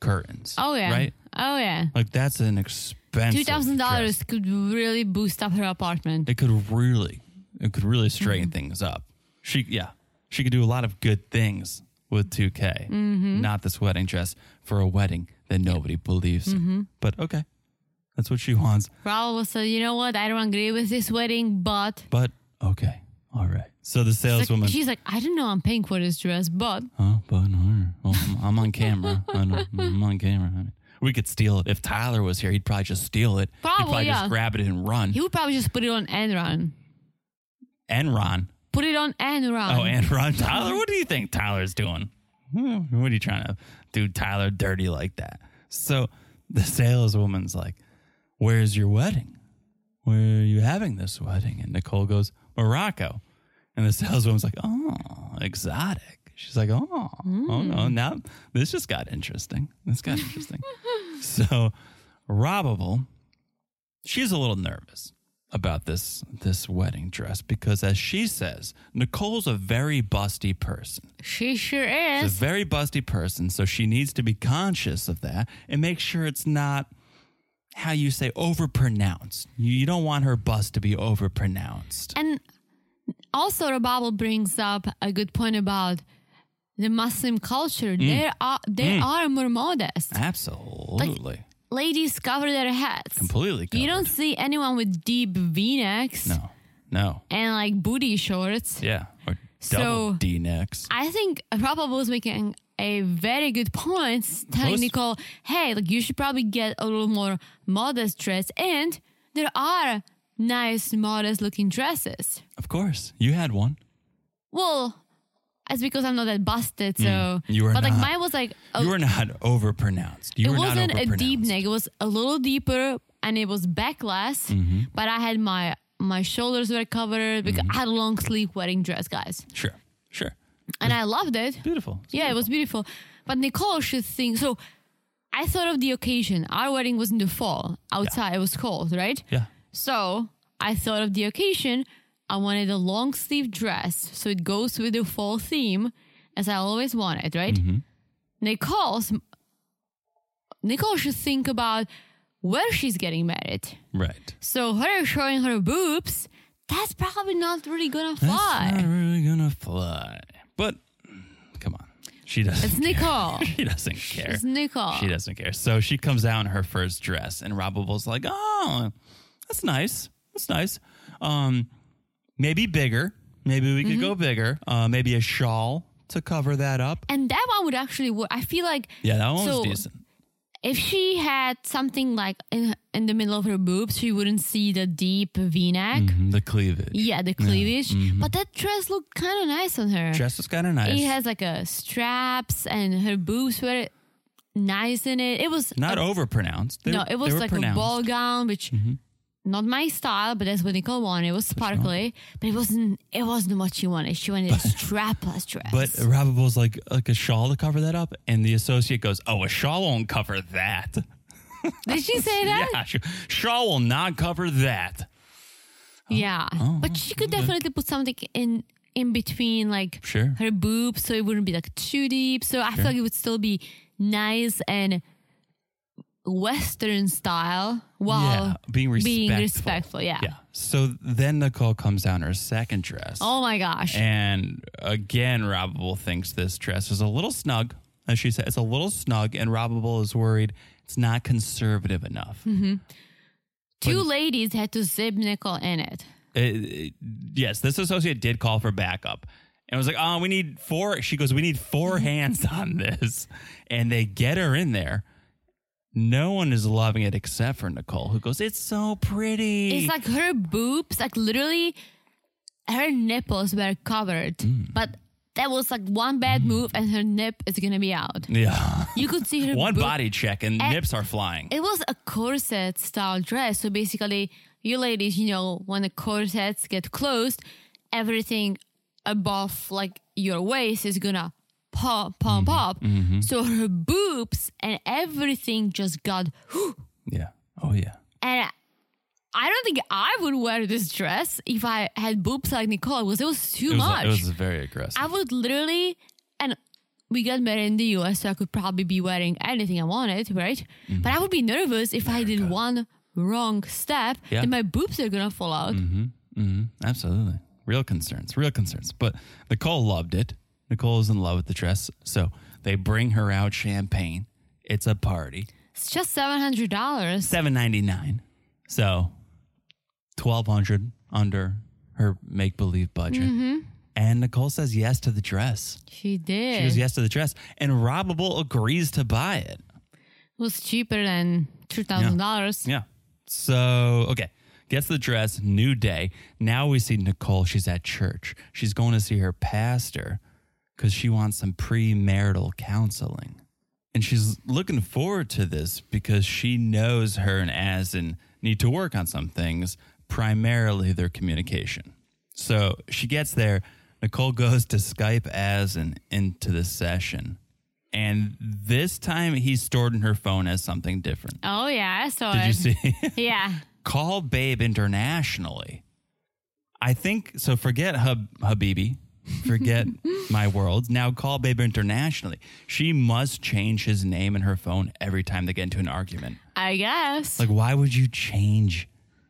curtains. Mm-hmm. Oh yeah. right." Oh yeah. Like that's an expensive. Two thousand dollars could really boost up her apartment. dress. It could really, it could really straighten Mm-hmm. things up. She, yeah, she could do a lot of good things with 2K. Mm-hmm. Not this wedding dress for a wedding that nobody believes. in. Mm-hmm. But okay, that's what she wants. Raul was like, you know what? I don't agree with this wedding, but But okay, all right. So the Like, saleswoman. she's like, I don't know, I'm paying for this dress, but Oh, but all right. Well, I'm- I'm on camera. I know. I'm on camera. honey. We could steal it. If Tyler was here, he'd probably just steal it. he'd Probably, probably yeah. just grab it and run. he would probably just put it on Enron. Enron. Put it on Enron. Oh, and Ron Tyler, what do you think Tyler's doing? Hmm, What are you trying to do Tyler dirty like that? So the saleswoman's like, Where's your wedding? Where are you having this wedding? And Nicole goes, Morocco. And the saleswoman's like, Oh, exotic. She's like, Oh, oh no, now this just got interesting. This got interesting. so Robable, she's a little nervous about this this wedding dress because as she says, Nicole's a very busty person. She sure She's a is. very busty person, so she needs to be conscious of that and make sure it's not how you say overpronounced. You, you don't want her bust to be overpronounced. And also, the Bible brings up a good point about the Muslim culture. Mm. They are they are more modest. Absolutely. Ladies cover their heads. Completely covered. You don't see anyone with deep V necks No. No. and like booty shorts. Yeah. Or So- double D necks. I think Probable was making a very good point, telling Most- Nicole, "Hey, like you should probably get a little more modest dress." And there are nice, modest-looking dresses. Of course. You had one. Well, that's because I'm not that busted, so Hmm. you are But like not. mine was like a, you were not overpronounced. You Oh. it were not wasn't overpronounced. a deep neck; it was a little deeper, and it was backless. Mm-hmm. But I had my my shoulders were covered because I had a long sleeve wedding dress, guys, Sure. Sure. and I loved it. Beautiful. Yeah, it was beautiful. But Nicole should think so. I thought of the occasion. Our wedding was in the fall. Outside, it was cold, right? Yeah. So I thought of the occasion. I wanted a long sleeve dress, so it goes with the fall theme, as I always wanted, right? Mm-hmm. Nicole's Nicole should think about where she's getting married. Right. So her showing her boobs, that's probably not really gonna That's fly. not really gonna fly. But come on, she doesn't. it's care. (laughs) Nicole. She doesn't care. It's Nicole. She doesn't care. So she comes out in her first dress, and Robable's like, "Oh, that's nice. That's nice. Um, maybe bigger. Maybe we could go Mm-hmm. bigger. Uh, maybe a shawl to cover that up. And that one would actually work. I feel like Yeah, that one So- was decent. if she had something like in, in the middle of her boobs, she wouldn't see the deep V neck. Mhm, The cleavage Yeah, the cleavage. But that dress looked kind of nice on her. Mm-hmm. dress was kind of nice. It has like a straps, and her boobs were nice in it. It was Not a- overpronounced. They- no, they it was were like pronounced. Mm-hmm. a ball gown, which not my style, but that's what Nicole wanted. It was sparkly, but it wasn't. It wasn't what she wanted. (laughs) She wanted a strapless dress. But Rabable's like like a shawl to cover that up, and the associate goes, "Oh, a shawl won't cover that." uh, did she say that? Yeah, sh- shawl will not cover that. Oh. Yeah, but she could definitely put something in in between, like Sure. her boobs, so it wouldn't be like too deep. So I feel like it would still be nice and Western style while yeah, being respectful. being respectful. Yeah. Yeah. So then Nicole comes down her second dress. Oh my gosh. And again, Robable thinks this dress is a little snug. As she said, it's a little snug, and Robable is worried it's not conservative enough. Two ladies had to zip Nicole in it. It- it- Uh, yes, this associate did call for backup and was like, oh, we need four. She goes, we need (laughs) four hands on this. And they get her in there. No one is loving it except for Nicole, who goes, it's so pretty. It's like her boobs, like literally her nipples were covered. Mm. But that was like one bad move and her nip is gonna be out. (laughs) yeah. You could see her One boob- body check, and nips are flying. It was a corset style dress. So basically, you ladies, you know, when the corsets get closed, everything above like your waist is gonna pop, Mm-hmm. pump up. So her boobs and everything just got. (gasps) yeah. Oh, yeah. And I- I don't think I would wear this dress if I had boobs like Nicole because it was too It was, much. it was very aggressive. I would literally, and we got married in the US, so I could probably be wearing anything I wanted, right? Mm-hmm. But I would be nervous if I did one wrong step, Yeah. Mm-hmm. then my boobs are gonna fall out. Absolutely. Real concerns, real concerns. But Nicole loved it. Nicole is in love with the dress. So they bring her out champagne. It's a party. It's just $700. Seven ninety nine. So twelve hundred under her make believe budget. And Nicole says yes to the dress. She did. She goes yes to the dress. And Robable agrees to buy it. It was cheaper than $2,000. Yeah. So, okay. Gets the dress, new day. Now we see Nicole. She's at church. She's going to see her pastor because she wants some premarital counseling. And she's looking forward to this because she knows her and Asin need to work on some things, primarily their communication. So she gets there. Nicole goes to Skype Asin into the session. And this time he's stored in her phone as something different. Oh, yeah, I saw Did it. you see? (laughs) Yeah. Call Babe internationally. I think so. Forget Hab- Habibi. Forget my world. Now call Babe internationally. She must change his name in her phone every time they get into an argument. I guess. Like, why would you change?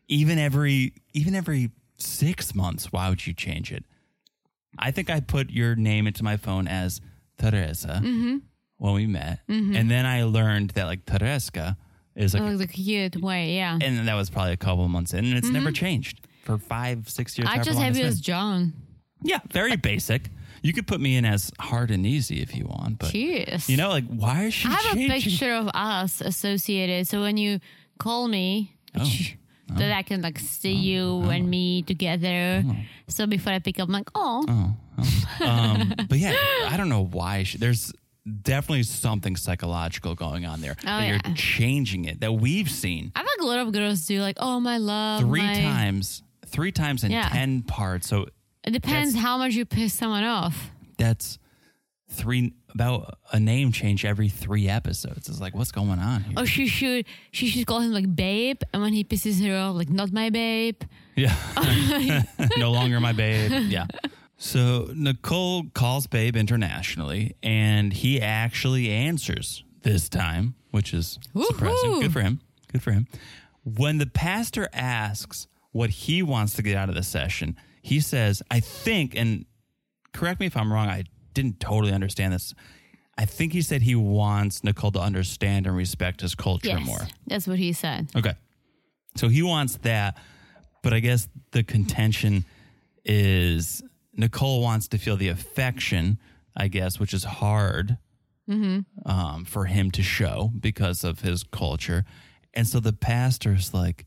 Even every even every six months, why would you change it? I think I put your name into my phone as Teresa when we met, and then I learned that like Tereska is like Like the cute way, yeah. and that was probably a couple of months in, and it's never changed for five, six years. Mm-hmm. I however just long have it's you been. as John. yeah, very basic. You could put me in as hard and easy if you want, but Cheers. you know, like why is she I have a changing? picture of us associated. So when you call me, Oh. which- (laughs) that I can like see you and me together. Oh. So before I pick up, I'm like, oh, Um, but (gasps) yeah, I don't know why. She, there's definitely something psychological going on there. that Oh, yeah. You're changing it that we've seen I've like a lot of girls do like, oh my love. three my- times, three times in Yeah. ten parts. So It depends how much you piss someone off. that's three about a name change every three episodes. It's like what's going on here? Or Oh, she should she should call him like babe, and when he pisses her off, like not my babe. Yeah. (laughs) no longer my babe. Yeah. So Nicole calls Babe internationally, and he actually answers this time, which is surprising. Woohoo! Good for him. Good for him. When the pastor asks what he wants to get out of the session, he says, I think, and correct me if I'm wrong, I didn't totally understand this. I think he said he wants Nicole to understand and respect his culture Yes, more. that's what he said. Okay. So he wants that, but I guess the contention is Nicole wants to feel the affection, I guess, which is hard um, for him to show because of his culture. And so the pastor's like,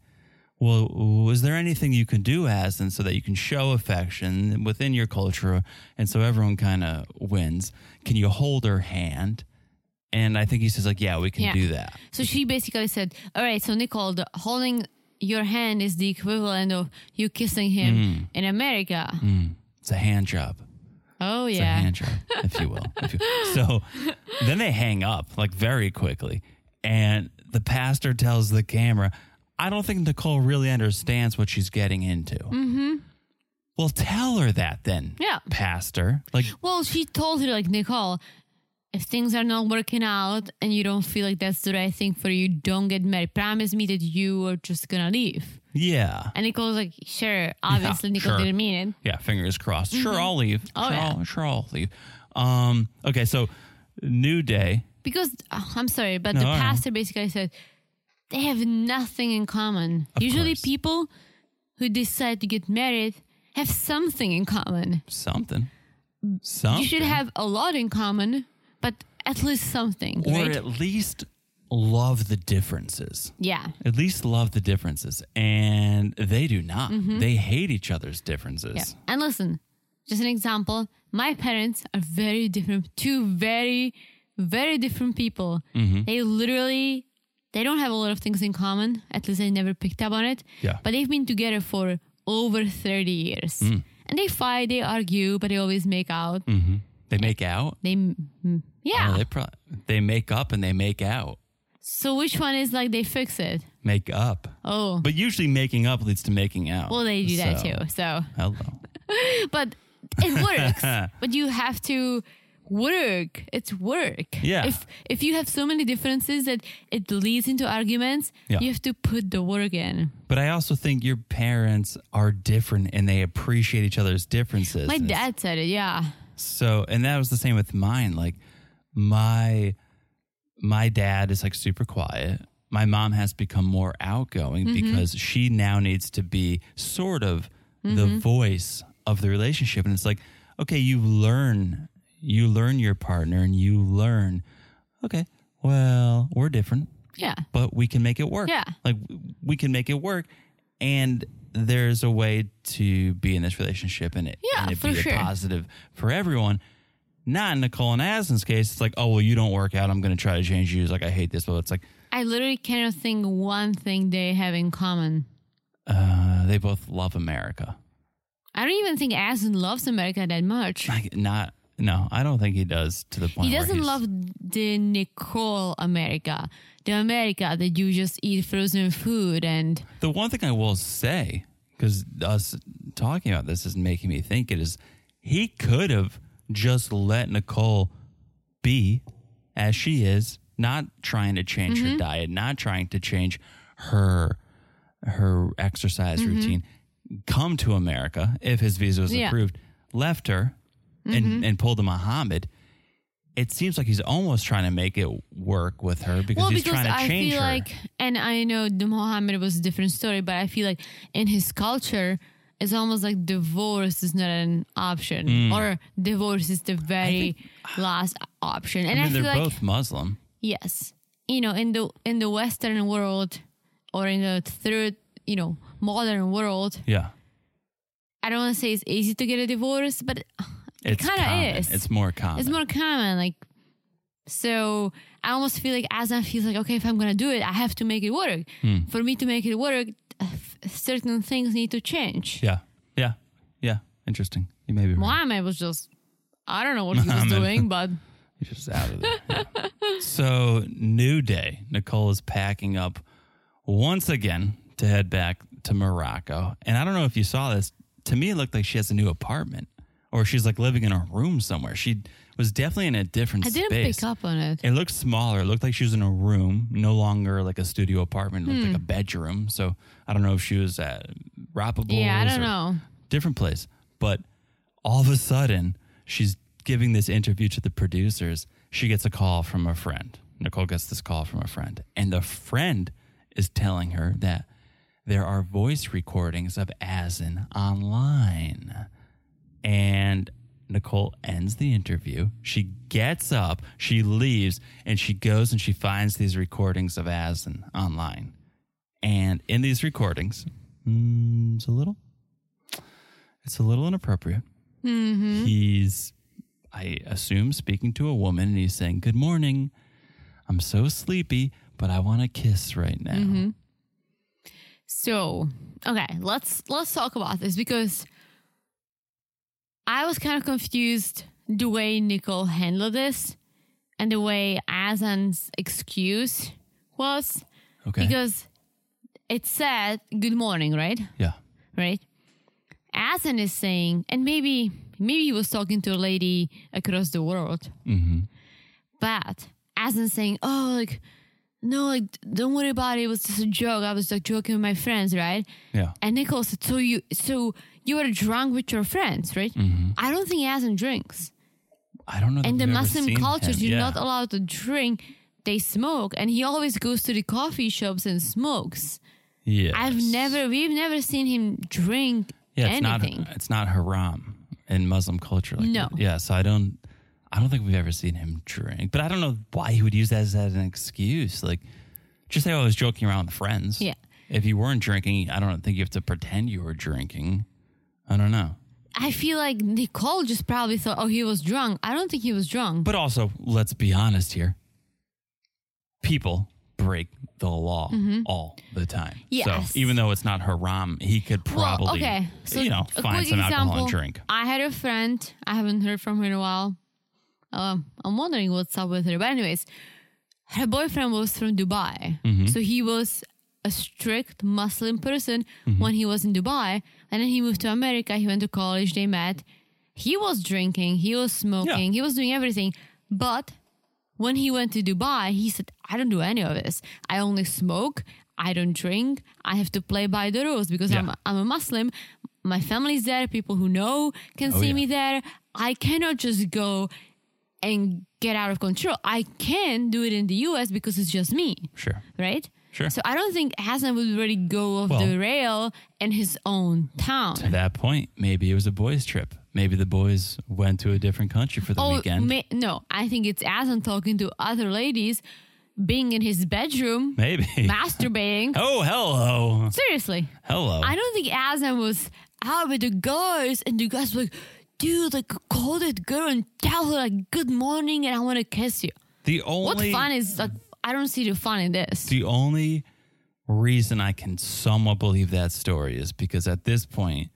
well, was there anything you can do as and so that you can show affection within your culture and so everyone kind of wins? Can you hold her hand? And I think he says like, yeah, we can Yeah. do that. So she basically said, "All right, so Nicole, the holding your hand is the equivalent of you kissing him Hmm. in America." It's a hand job. Oh Hmm. It's a yeah. hand job, if you will. if you- so then they hang up like very quickly. And the pastor tells the camera, I don't think Nicole really understands what she's getting into. Mm-hmm. Well, tell her that then, Yeah. pastor. Like, Well, she told her like Nicole, If things are not working out and you don't feel like that's the right thing for you, don't get married. Promise me that you are just gonna leave. Yeah. And Nicole's like, sure, obviously Nicole sure. didn't mean it. Yeah, fingers crossed. Sure, I'll leave. Oh, sure, yeah. I'll, sure, I'll leave. Um, okay, so New Day. Because uh, I'm sorry, but the No, I know. pastor basically said they have nothing in common. Of Usually, course. people who decide to get married have something in common. Something. Something. You should have a lot in common, but at least something, or right? at least love the differences. yeah. At least love the differences. And they do not. They hate each other's differences. Mm-hmm. Yeah. And listen, just an example. My parents are very different. Two very, very different people. Mm-hmm. They literally, they don't have a lot of things in common. At least I never picked up on it. Yeah. But they've been together for over thirty years, Mm. and they fight, they argue, but they always make out. They make out. They, mm, yeah. Well, they, pro- they make up and they make out. so which one is like they fix it? Make up. Oh, But usually making up leads to making out. well, they do that So, too. So Hello. but it (laughs) works. but you have to work. It's work. Yeah. If if you have so many differences that it leads into arguments, Yeah. you have to put the work in. But I also think your parents are different and they appreciate each other's differences. My And it's- dad said it. Yeah. So, and that was the same with mine. Like my my dad is like super quiet. My mom has become more outgoing because she now needs to be sort of the voice of the relationship and it's like, okay, you learn you learn your partner and you learn okay, well, we're different Yeah. but we can make it work. Yeah. Like w- we can make it work. And there's a way to be in this relationship and it, Yeah, and it for be sure. a positive for everyone. Not in Nicole and Aslan's case. It's like, oh, well, you don't work out. I'm going to try to change you. It's like, I hate this. But it's like, I literally cannot think one thing they have in common. uh, they both love America. I don't even think Asin loves America that much. Like, not, no, I don't think he does to the point He where doesn't he's- love the Nicole America, the America that you just eat frozen food and The one thing I will say, because us talking about this is making me think it is, he could have just let Nicole be as she is, not trying to change Mm-hmm. her diet, not trying to change her her exercise routine. Come to America if his visa was Mm-hmm. Yeah. Mm-hmm. approved. Left her and and pulled a Muhammad. It seems like he's almost trying to make it work with her because Well, he's because trying to I change feel her. like, and I know the Mohammed was a different story, but I feel like in his culture, it's almost like divorce is not an option, Mm. or divorce is the very last option. And I, I mean, feel they're like both Muslim. yes, you know, in the in the Western world, or in the third, you know, modern world, Yeah. I don't want to say it's easy to get a divorce, but It's kinda common. is. It's more common. it's more common. Like, so I almost feel like as I feels like, okay, if I'm gonna do it, I have to make it work. Hmm. For me to make it work, uh, f- certain things need to change. yeah, yeah, yeah. Interesting. You may be right. Mohammed was just, I don't know what he was doing, but You're just out of there. Yeah. so new day. Nicole is packing up once again to head back to Morocco. And I don't know if you saw this. To me, it looked like she has a new apartment, or she's like living in a room somewhere. She was definitely in a different I didn't space. pick up on it. It looked smaller. It looked like she was in a room, no longer like a studio apartment. It looked Hmm. like a bedroom. So I don't know if she was at Rappaport's Yeah, I don't or know. different place. But all of a sudden, she's giving this interview to the producers. She gets a call from a friend. Nicole gets this call from a friend, and the friend is telling her that there are voice recordings of Asin online. And Nicole ends the interview. She gets up, she leaves, and she goes and she finds these recordings of Asin online. And in these recordings, mm, it's a little it's a little inappropriate. Mm-hmm. He's, I assume, speaking to a woman and he's saying, Good morning. I'm so sleepy, but I want a kiss right now. Mm-hmm. So okay, let's let's talk about this because I was kind of confused the way Nicole handled this and the way Azan's excuse was. Okay. Because it said good morning, right? yeah. Right? Asen is Mm-hmm. saying, and maybe maybe he was talking to a lady across the world. But as in saying, oh, like, no, like, don't worry about it. It was just a joke. I was like joking with my friends, right? Yeah. And Nicole said, so you, so you were drunk with your friends, right? Mm-hmm. I don't think Asin drinks. I don't know. that In the we've ever Muslim seen cultures, him. you're Yeah. not allowed to drink. They smoke, and he always goes to the coffee shops and smokes. Yes. I've never, we've never seen him drink Yeah, it's anything. not. It's not haram in Muslim culture. Like No. that. Yeah. So I don't. I don't think we've ever seen him drink, but I don't know why he would use that as, as an excuse. Like, just say I was joking around with friends. Yeah. If you weren't drinking, I don't think you have to pretend you were drinking. I don't know. I feel like Nicole just probably thought, oh, he was drunk. I don't think he was drunk. But also, let's be honest here. People break the law all the time. Mm-hmm. Yes. So even though it's not haram, he could probably, well, okay. So you know, a find quick some example, alcohol and drink. I had a friend. I haven't heard from her in a while. Um, I'm wondering what's up with her. But anyways, her boyfriend was from Dubai, Mm-hmm. so he was a strict Muslim person Mm-hmm. when he was in Dubai, and then he moved to America. He went to college. They met. He was drinking. He was smoking. He was doing everything, but when he went to Dubai, he said, I don't do any of this. I only smoke. I don't drink. I have to play by the rules because I'm, Yeah. I'm a Muslim. My family's there. People who know can see Oh, yeah. me there. I cannot just go and get out of control. I can do it in the US because it's just me, Sure. right? Sure. So I don't think Hassan would really go off Well- the rail in his own town. At that point, maybe it was a boys' trip. Maybe the boys went to a different country for the weekend. Oh, ma- no, I think it's Hassan talking to other ladies, being in his bedroom, maybe. masturbating. (laughs) oh, hello. Seriously. Hello. I don't think Azam was out with the guys and the guys were like, dude, like call that girl and tell her like good morning and I wanna kiss you. the What only fun is like I don't see the fun in this. the only reason I can somewhat believe that story is because at this point,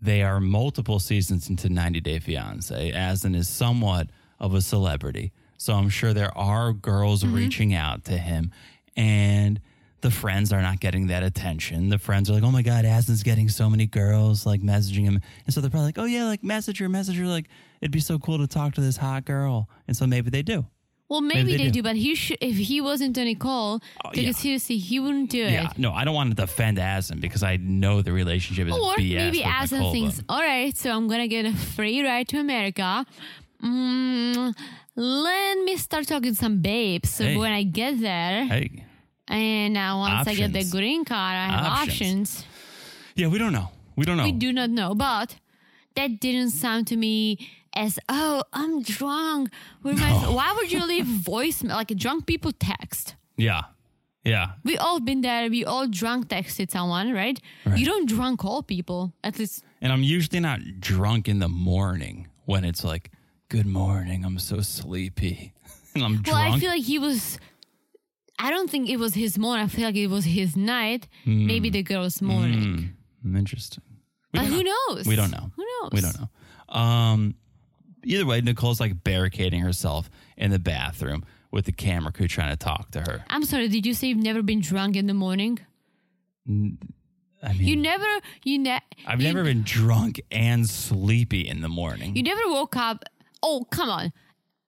they are multiple seasons into 90 Day Fiance. Asin is somewhat of a celebrity. So I'm sure there are girls reaching out to him. And the friends are not getting that attention. The friends are like, oh my God, Asin's getting so many girls like messaging him. And so they're probably like, oh yeah, like message her, message her. Like, it'd be so cool to talk to this hot girl. And so maybe they do. well maybe, they they, do. do. but he should if he wasn't on Nicole, take Oh, yeah. it seriously, he wouldn't do Yeah, it. no, I don't want to defend Asin because I know the relationship is Or BS. maybe with Nicole, Azam but- thinks, all right, so I'm gonna get a free ride to America. Mm, let me start talking to some babes. So Hey. when I get there, Hey, and uh, once I get the Options. green card, I have Options. options. yeah, we don't know. We don't know. I do not know, but that didn't sound to me as oh, I'm drunk. Where my (laughs) why would you leave voicemail like drunk people text? Yeah, yeah. We all been there. We all drunk texted someone, right? You don't drunk call people. At least And I'm usually not drunk in the morning when it's like, "Good morning, I'm so sleepy," (laughs) and I'm well, drunk. I feel like he was. I don't think it was his morning. I feel like it was his night. Maybe the girl's morning. Hmm, Interesting. We But don't who know. knows? We don't know. Who knows? We don't know. Um, either way, Nicole's like barricading herself in the bathroom with the camera crew trying to talk to her. I'm sorry. Did you say you've never been drunk in the morning? I mean, You never. You ne. I've you never been drunk and sleepy in the morning. You never woke up. Oh, come on.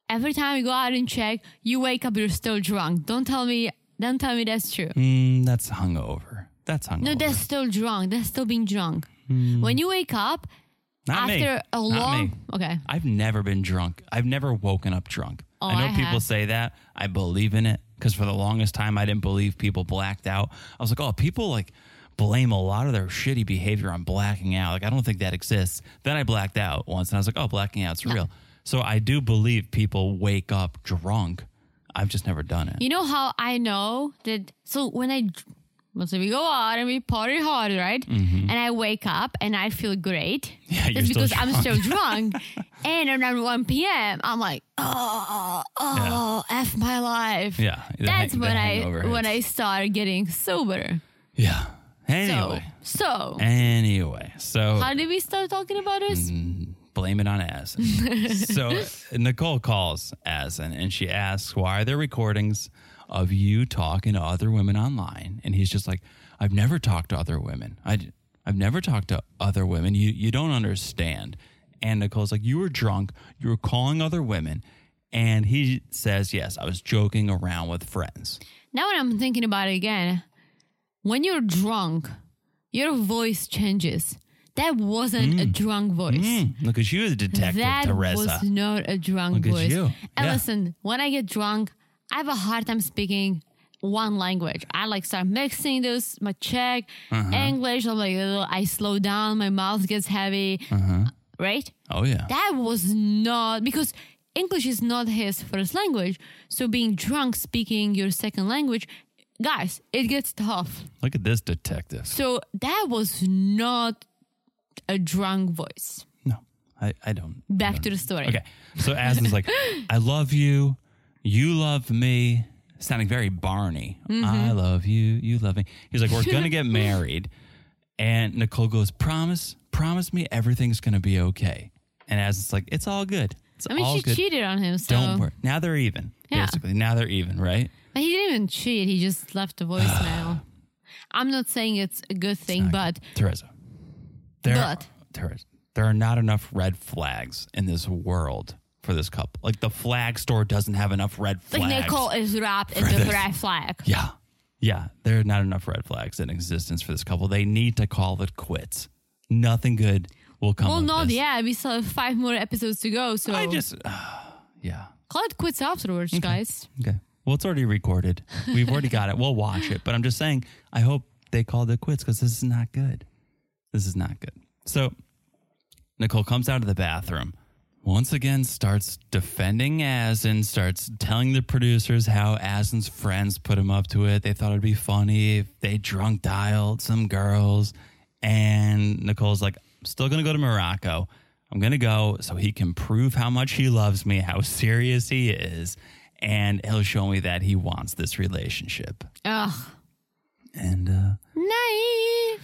Every time you go out and check, you wake up, you're still drunk. Don't tell me, don't tell me that's true. Mm, that's hungover. That's hungover. No, that's still drunk. That's still being drunk. When you wake up Hmm. Not me. after a Not long, me. okay, I've never been drunk. I've never woken up drunk. Oh, I know I people have. say that. I believe in it because for the longest time I didn't believe people blacked out. I was like, oh, people like blame a lot of their shitty behavior on blacking out. Like I don't think that exists. Then I blacked out once and I was like, oh, blacking out's real. So I do believe people wake up drunk. I've just never done it. you know how I know that. So when I, well, so we go out and we party hard, right? And I wake up and I feel great. Mm-hmm. (laughs) Yeah, you're It's still because I'm still drunk. (laughs) and around 1 p.m., I'm like, oh, oh, f my life. Yeah, the that's hang- the when I hangover when I hits. started getting sober. Yeah. Anyway. So so Anyway. So how did we start talking about this? Mm-hmm. blame it on (laughs) Asin. so Nicole calls Asin and she asks, Why are there recordings of you talking to other women online? And he's just like, I've never talked to other women. I, have never talked to other women. You, you don't understand. And Nicole's like, You were drunk. You were calling other women. And he says, Yes, I was joking around with friends. Now when I'm thinking about it again, when you're drunk, your voice changes. That wasn't a drunk voice. Mm, look at you, Detective That Teresa. was not a drunk Look at voice. you. And Yeah. listen, when I get drunk, I have a hard time speaking one language. I like start mixing those my Czech, Uh-huh. English. I'm like ugh, I slow down, my mouth gets heavy, right? oh, yeah. That was not because English is not his first language. So being drunk speaking your second language, guys, it gets tough. look at this detective. So that was not a drunk voice. No, I, I don't. Back to the story. Okay. So Aslan's (laughs) like, I love you. You love me. Sounding very Barney. Mm-hmm. I love you. You love me. He's like, We're going to get (laughs) married. And Nicole goes, Promise, promise me everything's going to be okay. And Aslan's like, It's all good. It's I mean, all she good. cheated on him, so Don't worry. Now they're even. Yeah. Basically, now they're even, right? But he didn't even cheat. He just left (sighs) a voicemail. I'm not saying it's a good thing, but Teresa. There But- Teresa, there are not enough red flags in this world for this couple. Like the flag store doesn't have enough red flags. like Nicole is wrapped in the this. red flag. Yeah. Yeah. There are not enough red flags in existence for this couple. They need to call it quits. Nothing good will come. Well, of not this. yet. We still have five more episodes to go, so I just, uh, yeah. call it quits afterwards, guys. Okay. Well, it's already recorded. We've already got it. We'll watch it. But I'm just saying, I hope they called it quits because this is not good. This is not good. So Nicole comes out of the bathroom, once again starts defending Asin, starts telling the producers how Asin's friends put him up to it. They thought it'd be funny if they drunk dialed some girls. And Nicole's like, I'm still going to go to Morocco. I'm going to go so he can prove how much he loves me, how serious he is. And he'll show me that he wants this relationship. Ugh. And uh, Naive.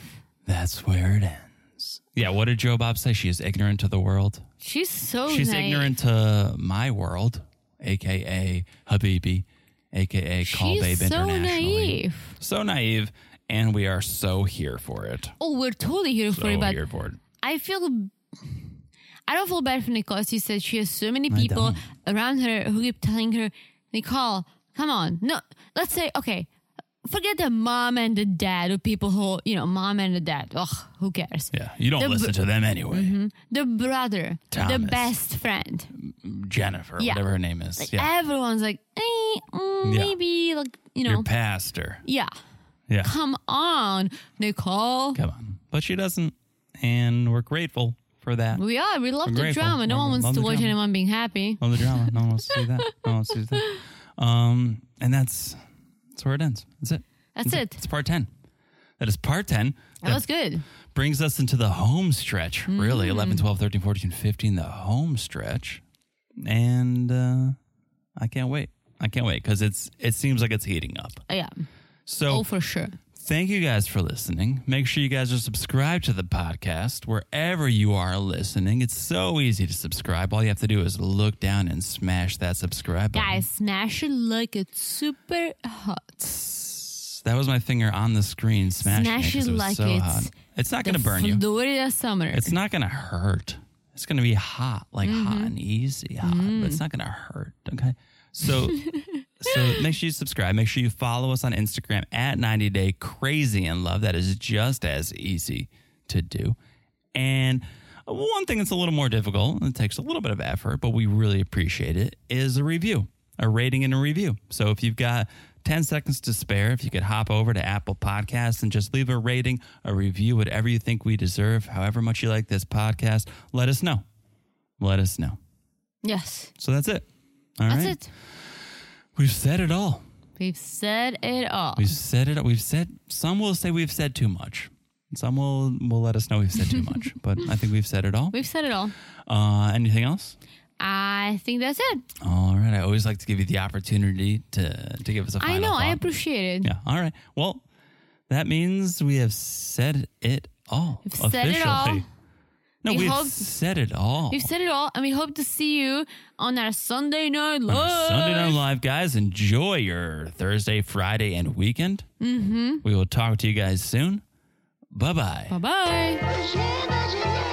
that's where it ends. Yeah, what did Joe Bob say? She is ignorant to the world. She's so She's naive. ignorant to my world, aka Habibi, aka Call She's Babe so Internationally. naive. So naive, and we are so here for it. Oh, we're totally here for So it, but here for it. I feel I don't feel bad for Nicole. She said she has so many people don't. around her who keep telling her, Nicole, come on. No, let's say, okay, forget the mom and the dad or people who, you know, mom and the dad. Ugh, who cares? Yeah, you don't The Mm-hmm. br- listen to them anyway. The brother, the Thomas. best friend. Jennifer, Yeah. whatever her name is. yeah. Everyone's like, eh, mm, Yeah. maybe, like, you know, Your pastor. yeah. Yeah. Come on, Nicole. Come on. But she doesn't, and we're grateful for that. We are. We love We're the grateful. drama. No We one wants love to the watch drama. anyone being happy. Love the drama. No one wants to see that. No one wants to see that. Um, and that's that's where it ends. That's it. That's it. It's part ten. That is part ten. That was good. brings us into the home stretch, really. Hmm. 11, 12, 13, 14, 15, the home stretch. And uh, I can't wait. I can't wait because it's it seems like it's heating up. Oh, Yeah. So Oh, for sure. Thank you guys for listening. Make sure you guys are subscribed to the podcast wherever you are listening. It's so easy to subscribe. All you have to do is look down and smash that subscribe button. Guys, smash it like it's super hot. That was my finger on the screen smashing Smash it, 'cause it was like so it's hot. It's not going The to burn you. Florida summer. It's not going to hurt. It's going to be hot, like hot and easy hot, but it's not going to hurt. Okay. So, so make sure you subscribe. Make sure you follow us on Instagram at 90 Day Crazy in Love. That is just as easy to do. And one thing that's a little more difficult and it takes a little bit of effort, but we really appreciate it is a review, a rating and a review. So if you've got 10 seconds to spare, if you could hop over to Apple Podcasts and just leave a rating, a review, whatever you think we deserve, however much you like this podcast, let us know. Let us know. yes. So that's it. All right. That's it. We've said it all. We've said it all. We've said it. We've said. Some will say we've said too much. Some will will let us know we've said too (laughs) much. But I think we've said it all. We've said it all. Uh, anything else? I think that's it. All right. I always like to give you the opportunity to to give us a final I know. I thought. appreciate it. yeah. All right. Well, that means we have said it all. We've said it all. officially. No, We we have hope- said it all. We've said it all, and we hope to see you on our Sunday night live. Sunday Night Live, guys. Enjoy your Thursday, Friday, and weekend. Mm-hmm. We will talk to you guys soon. Bye bye. Bye bye. Bouger, bouger,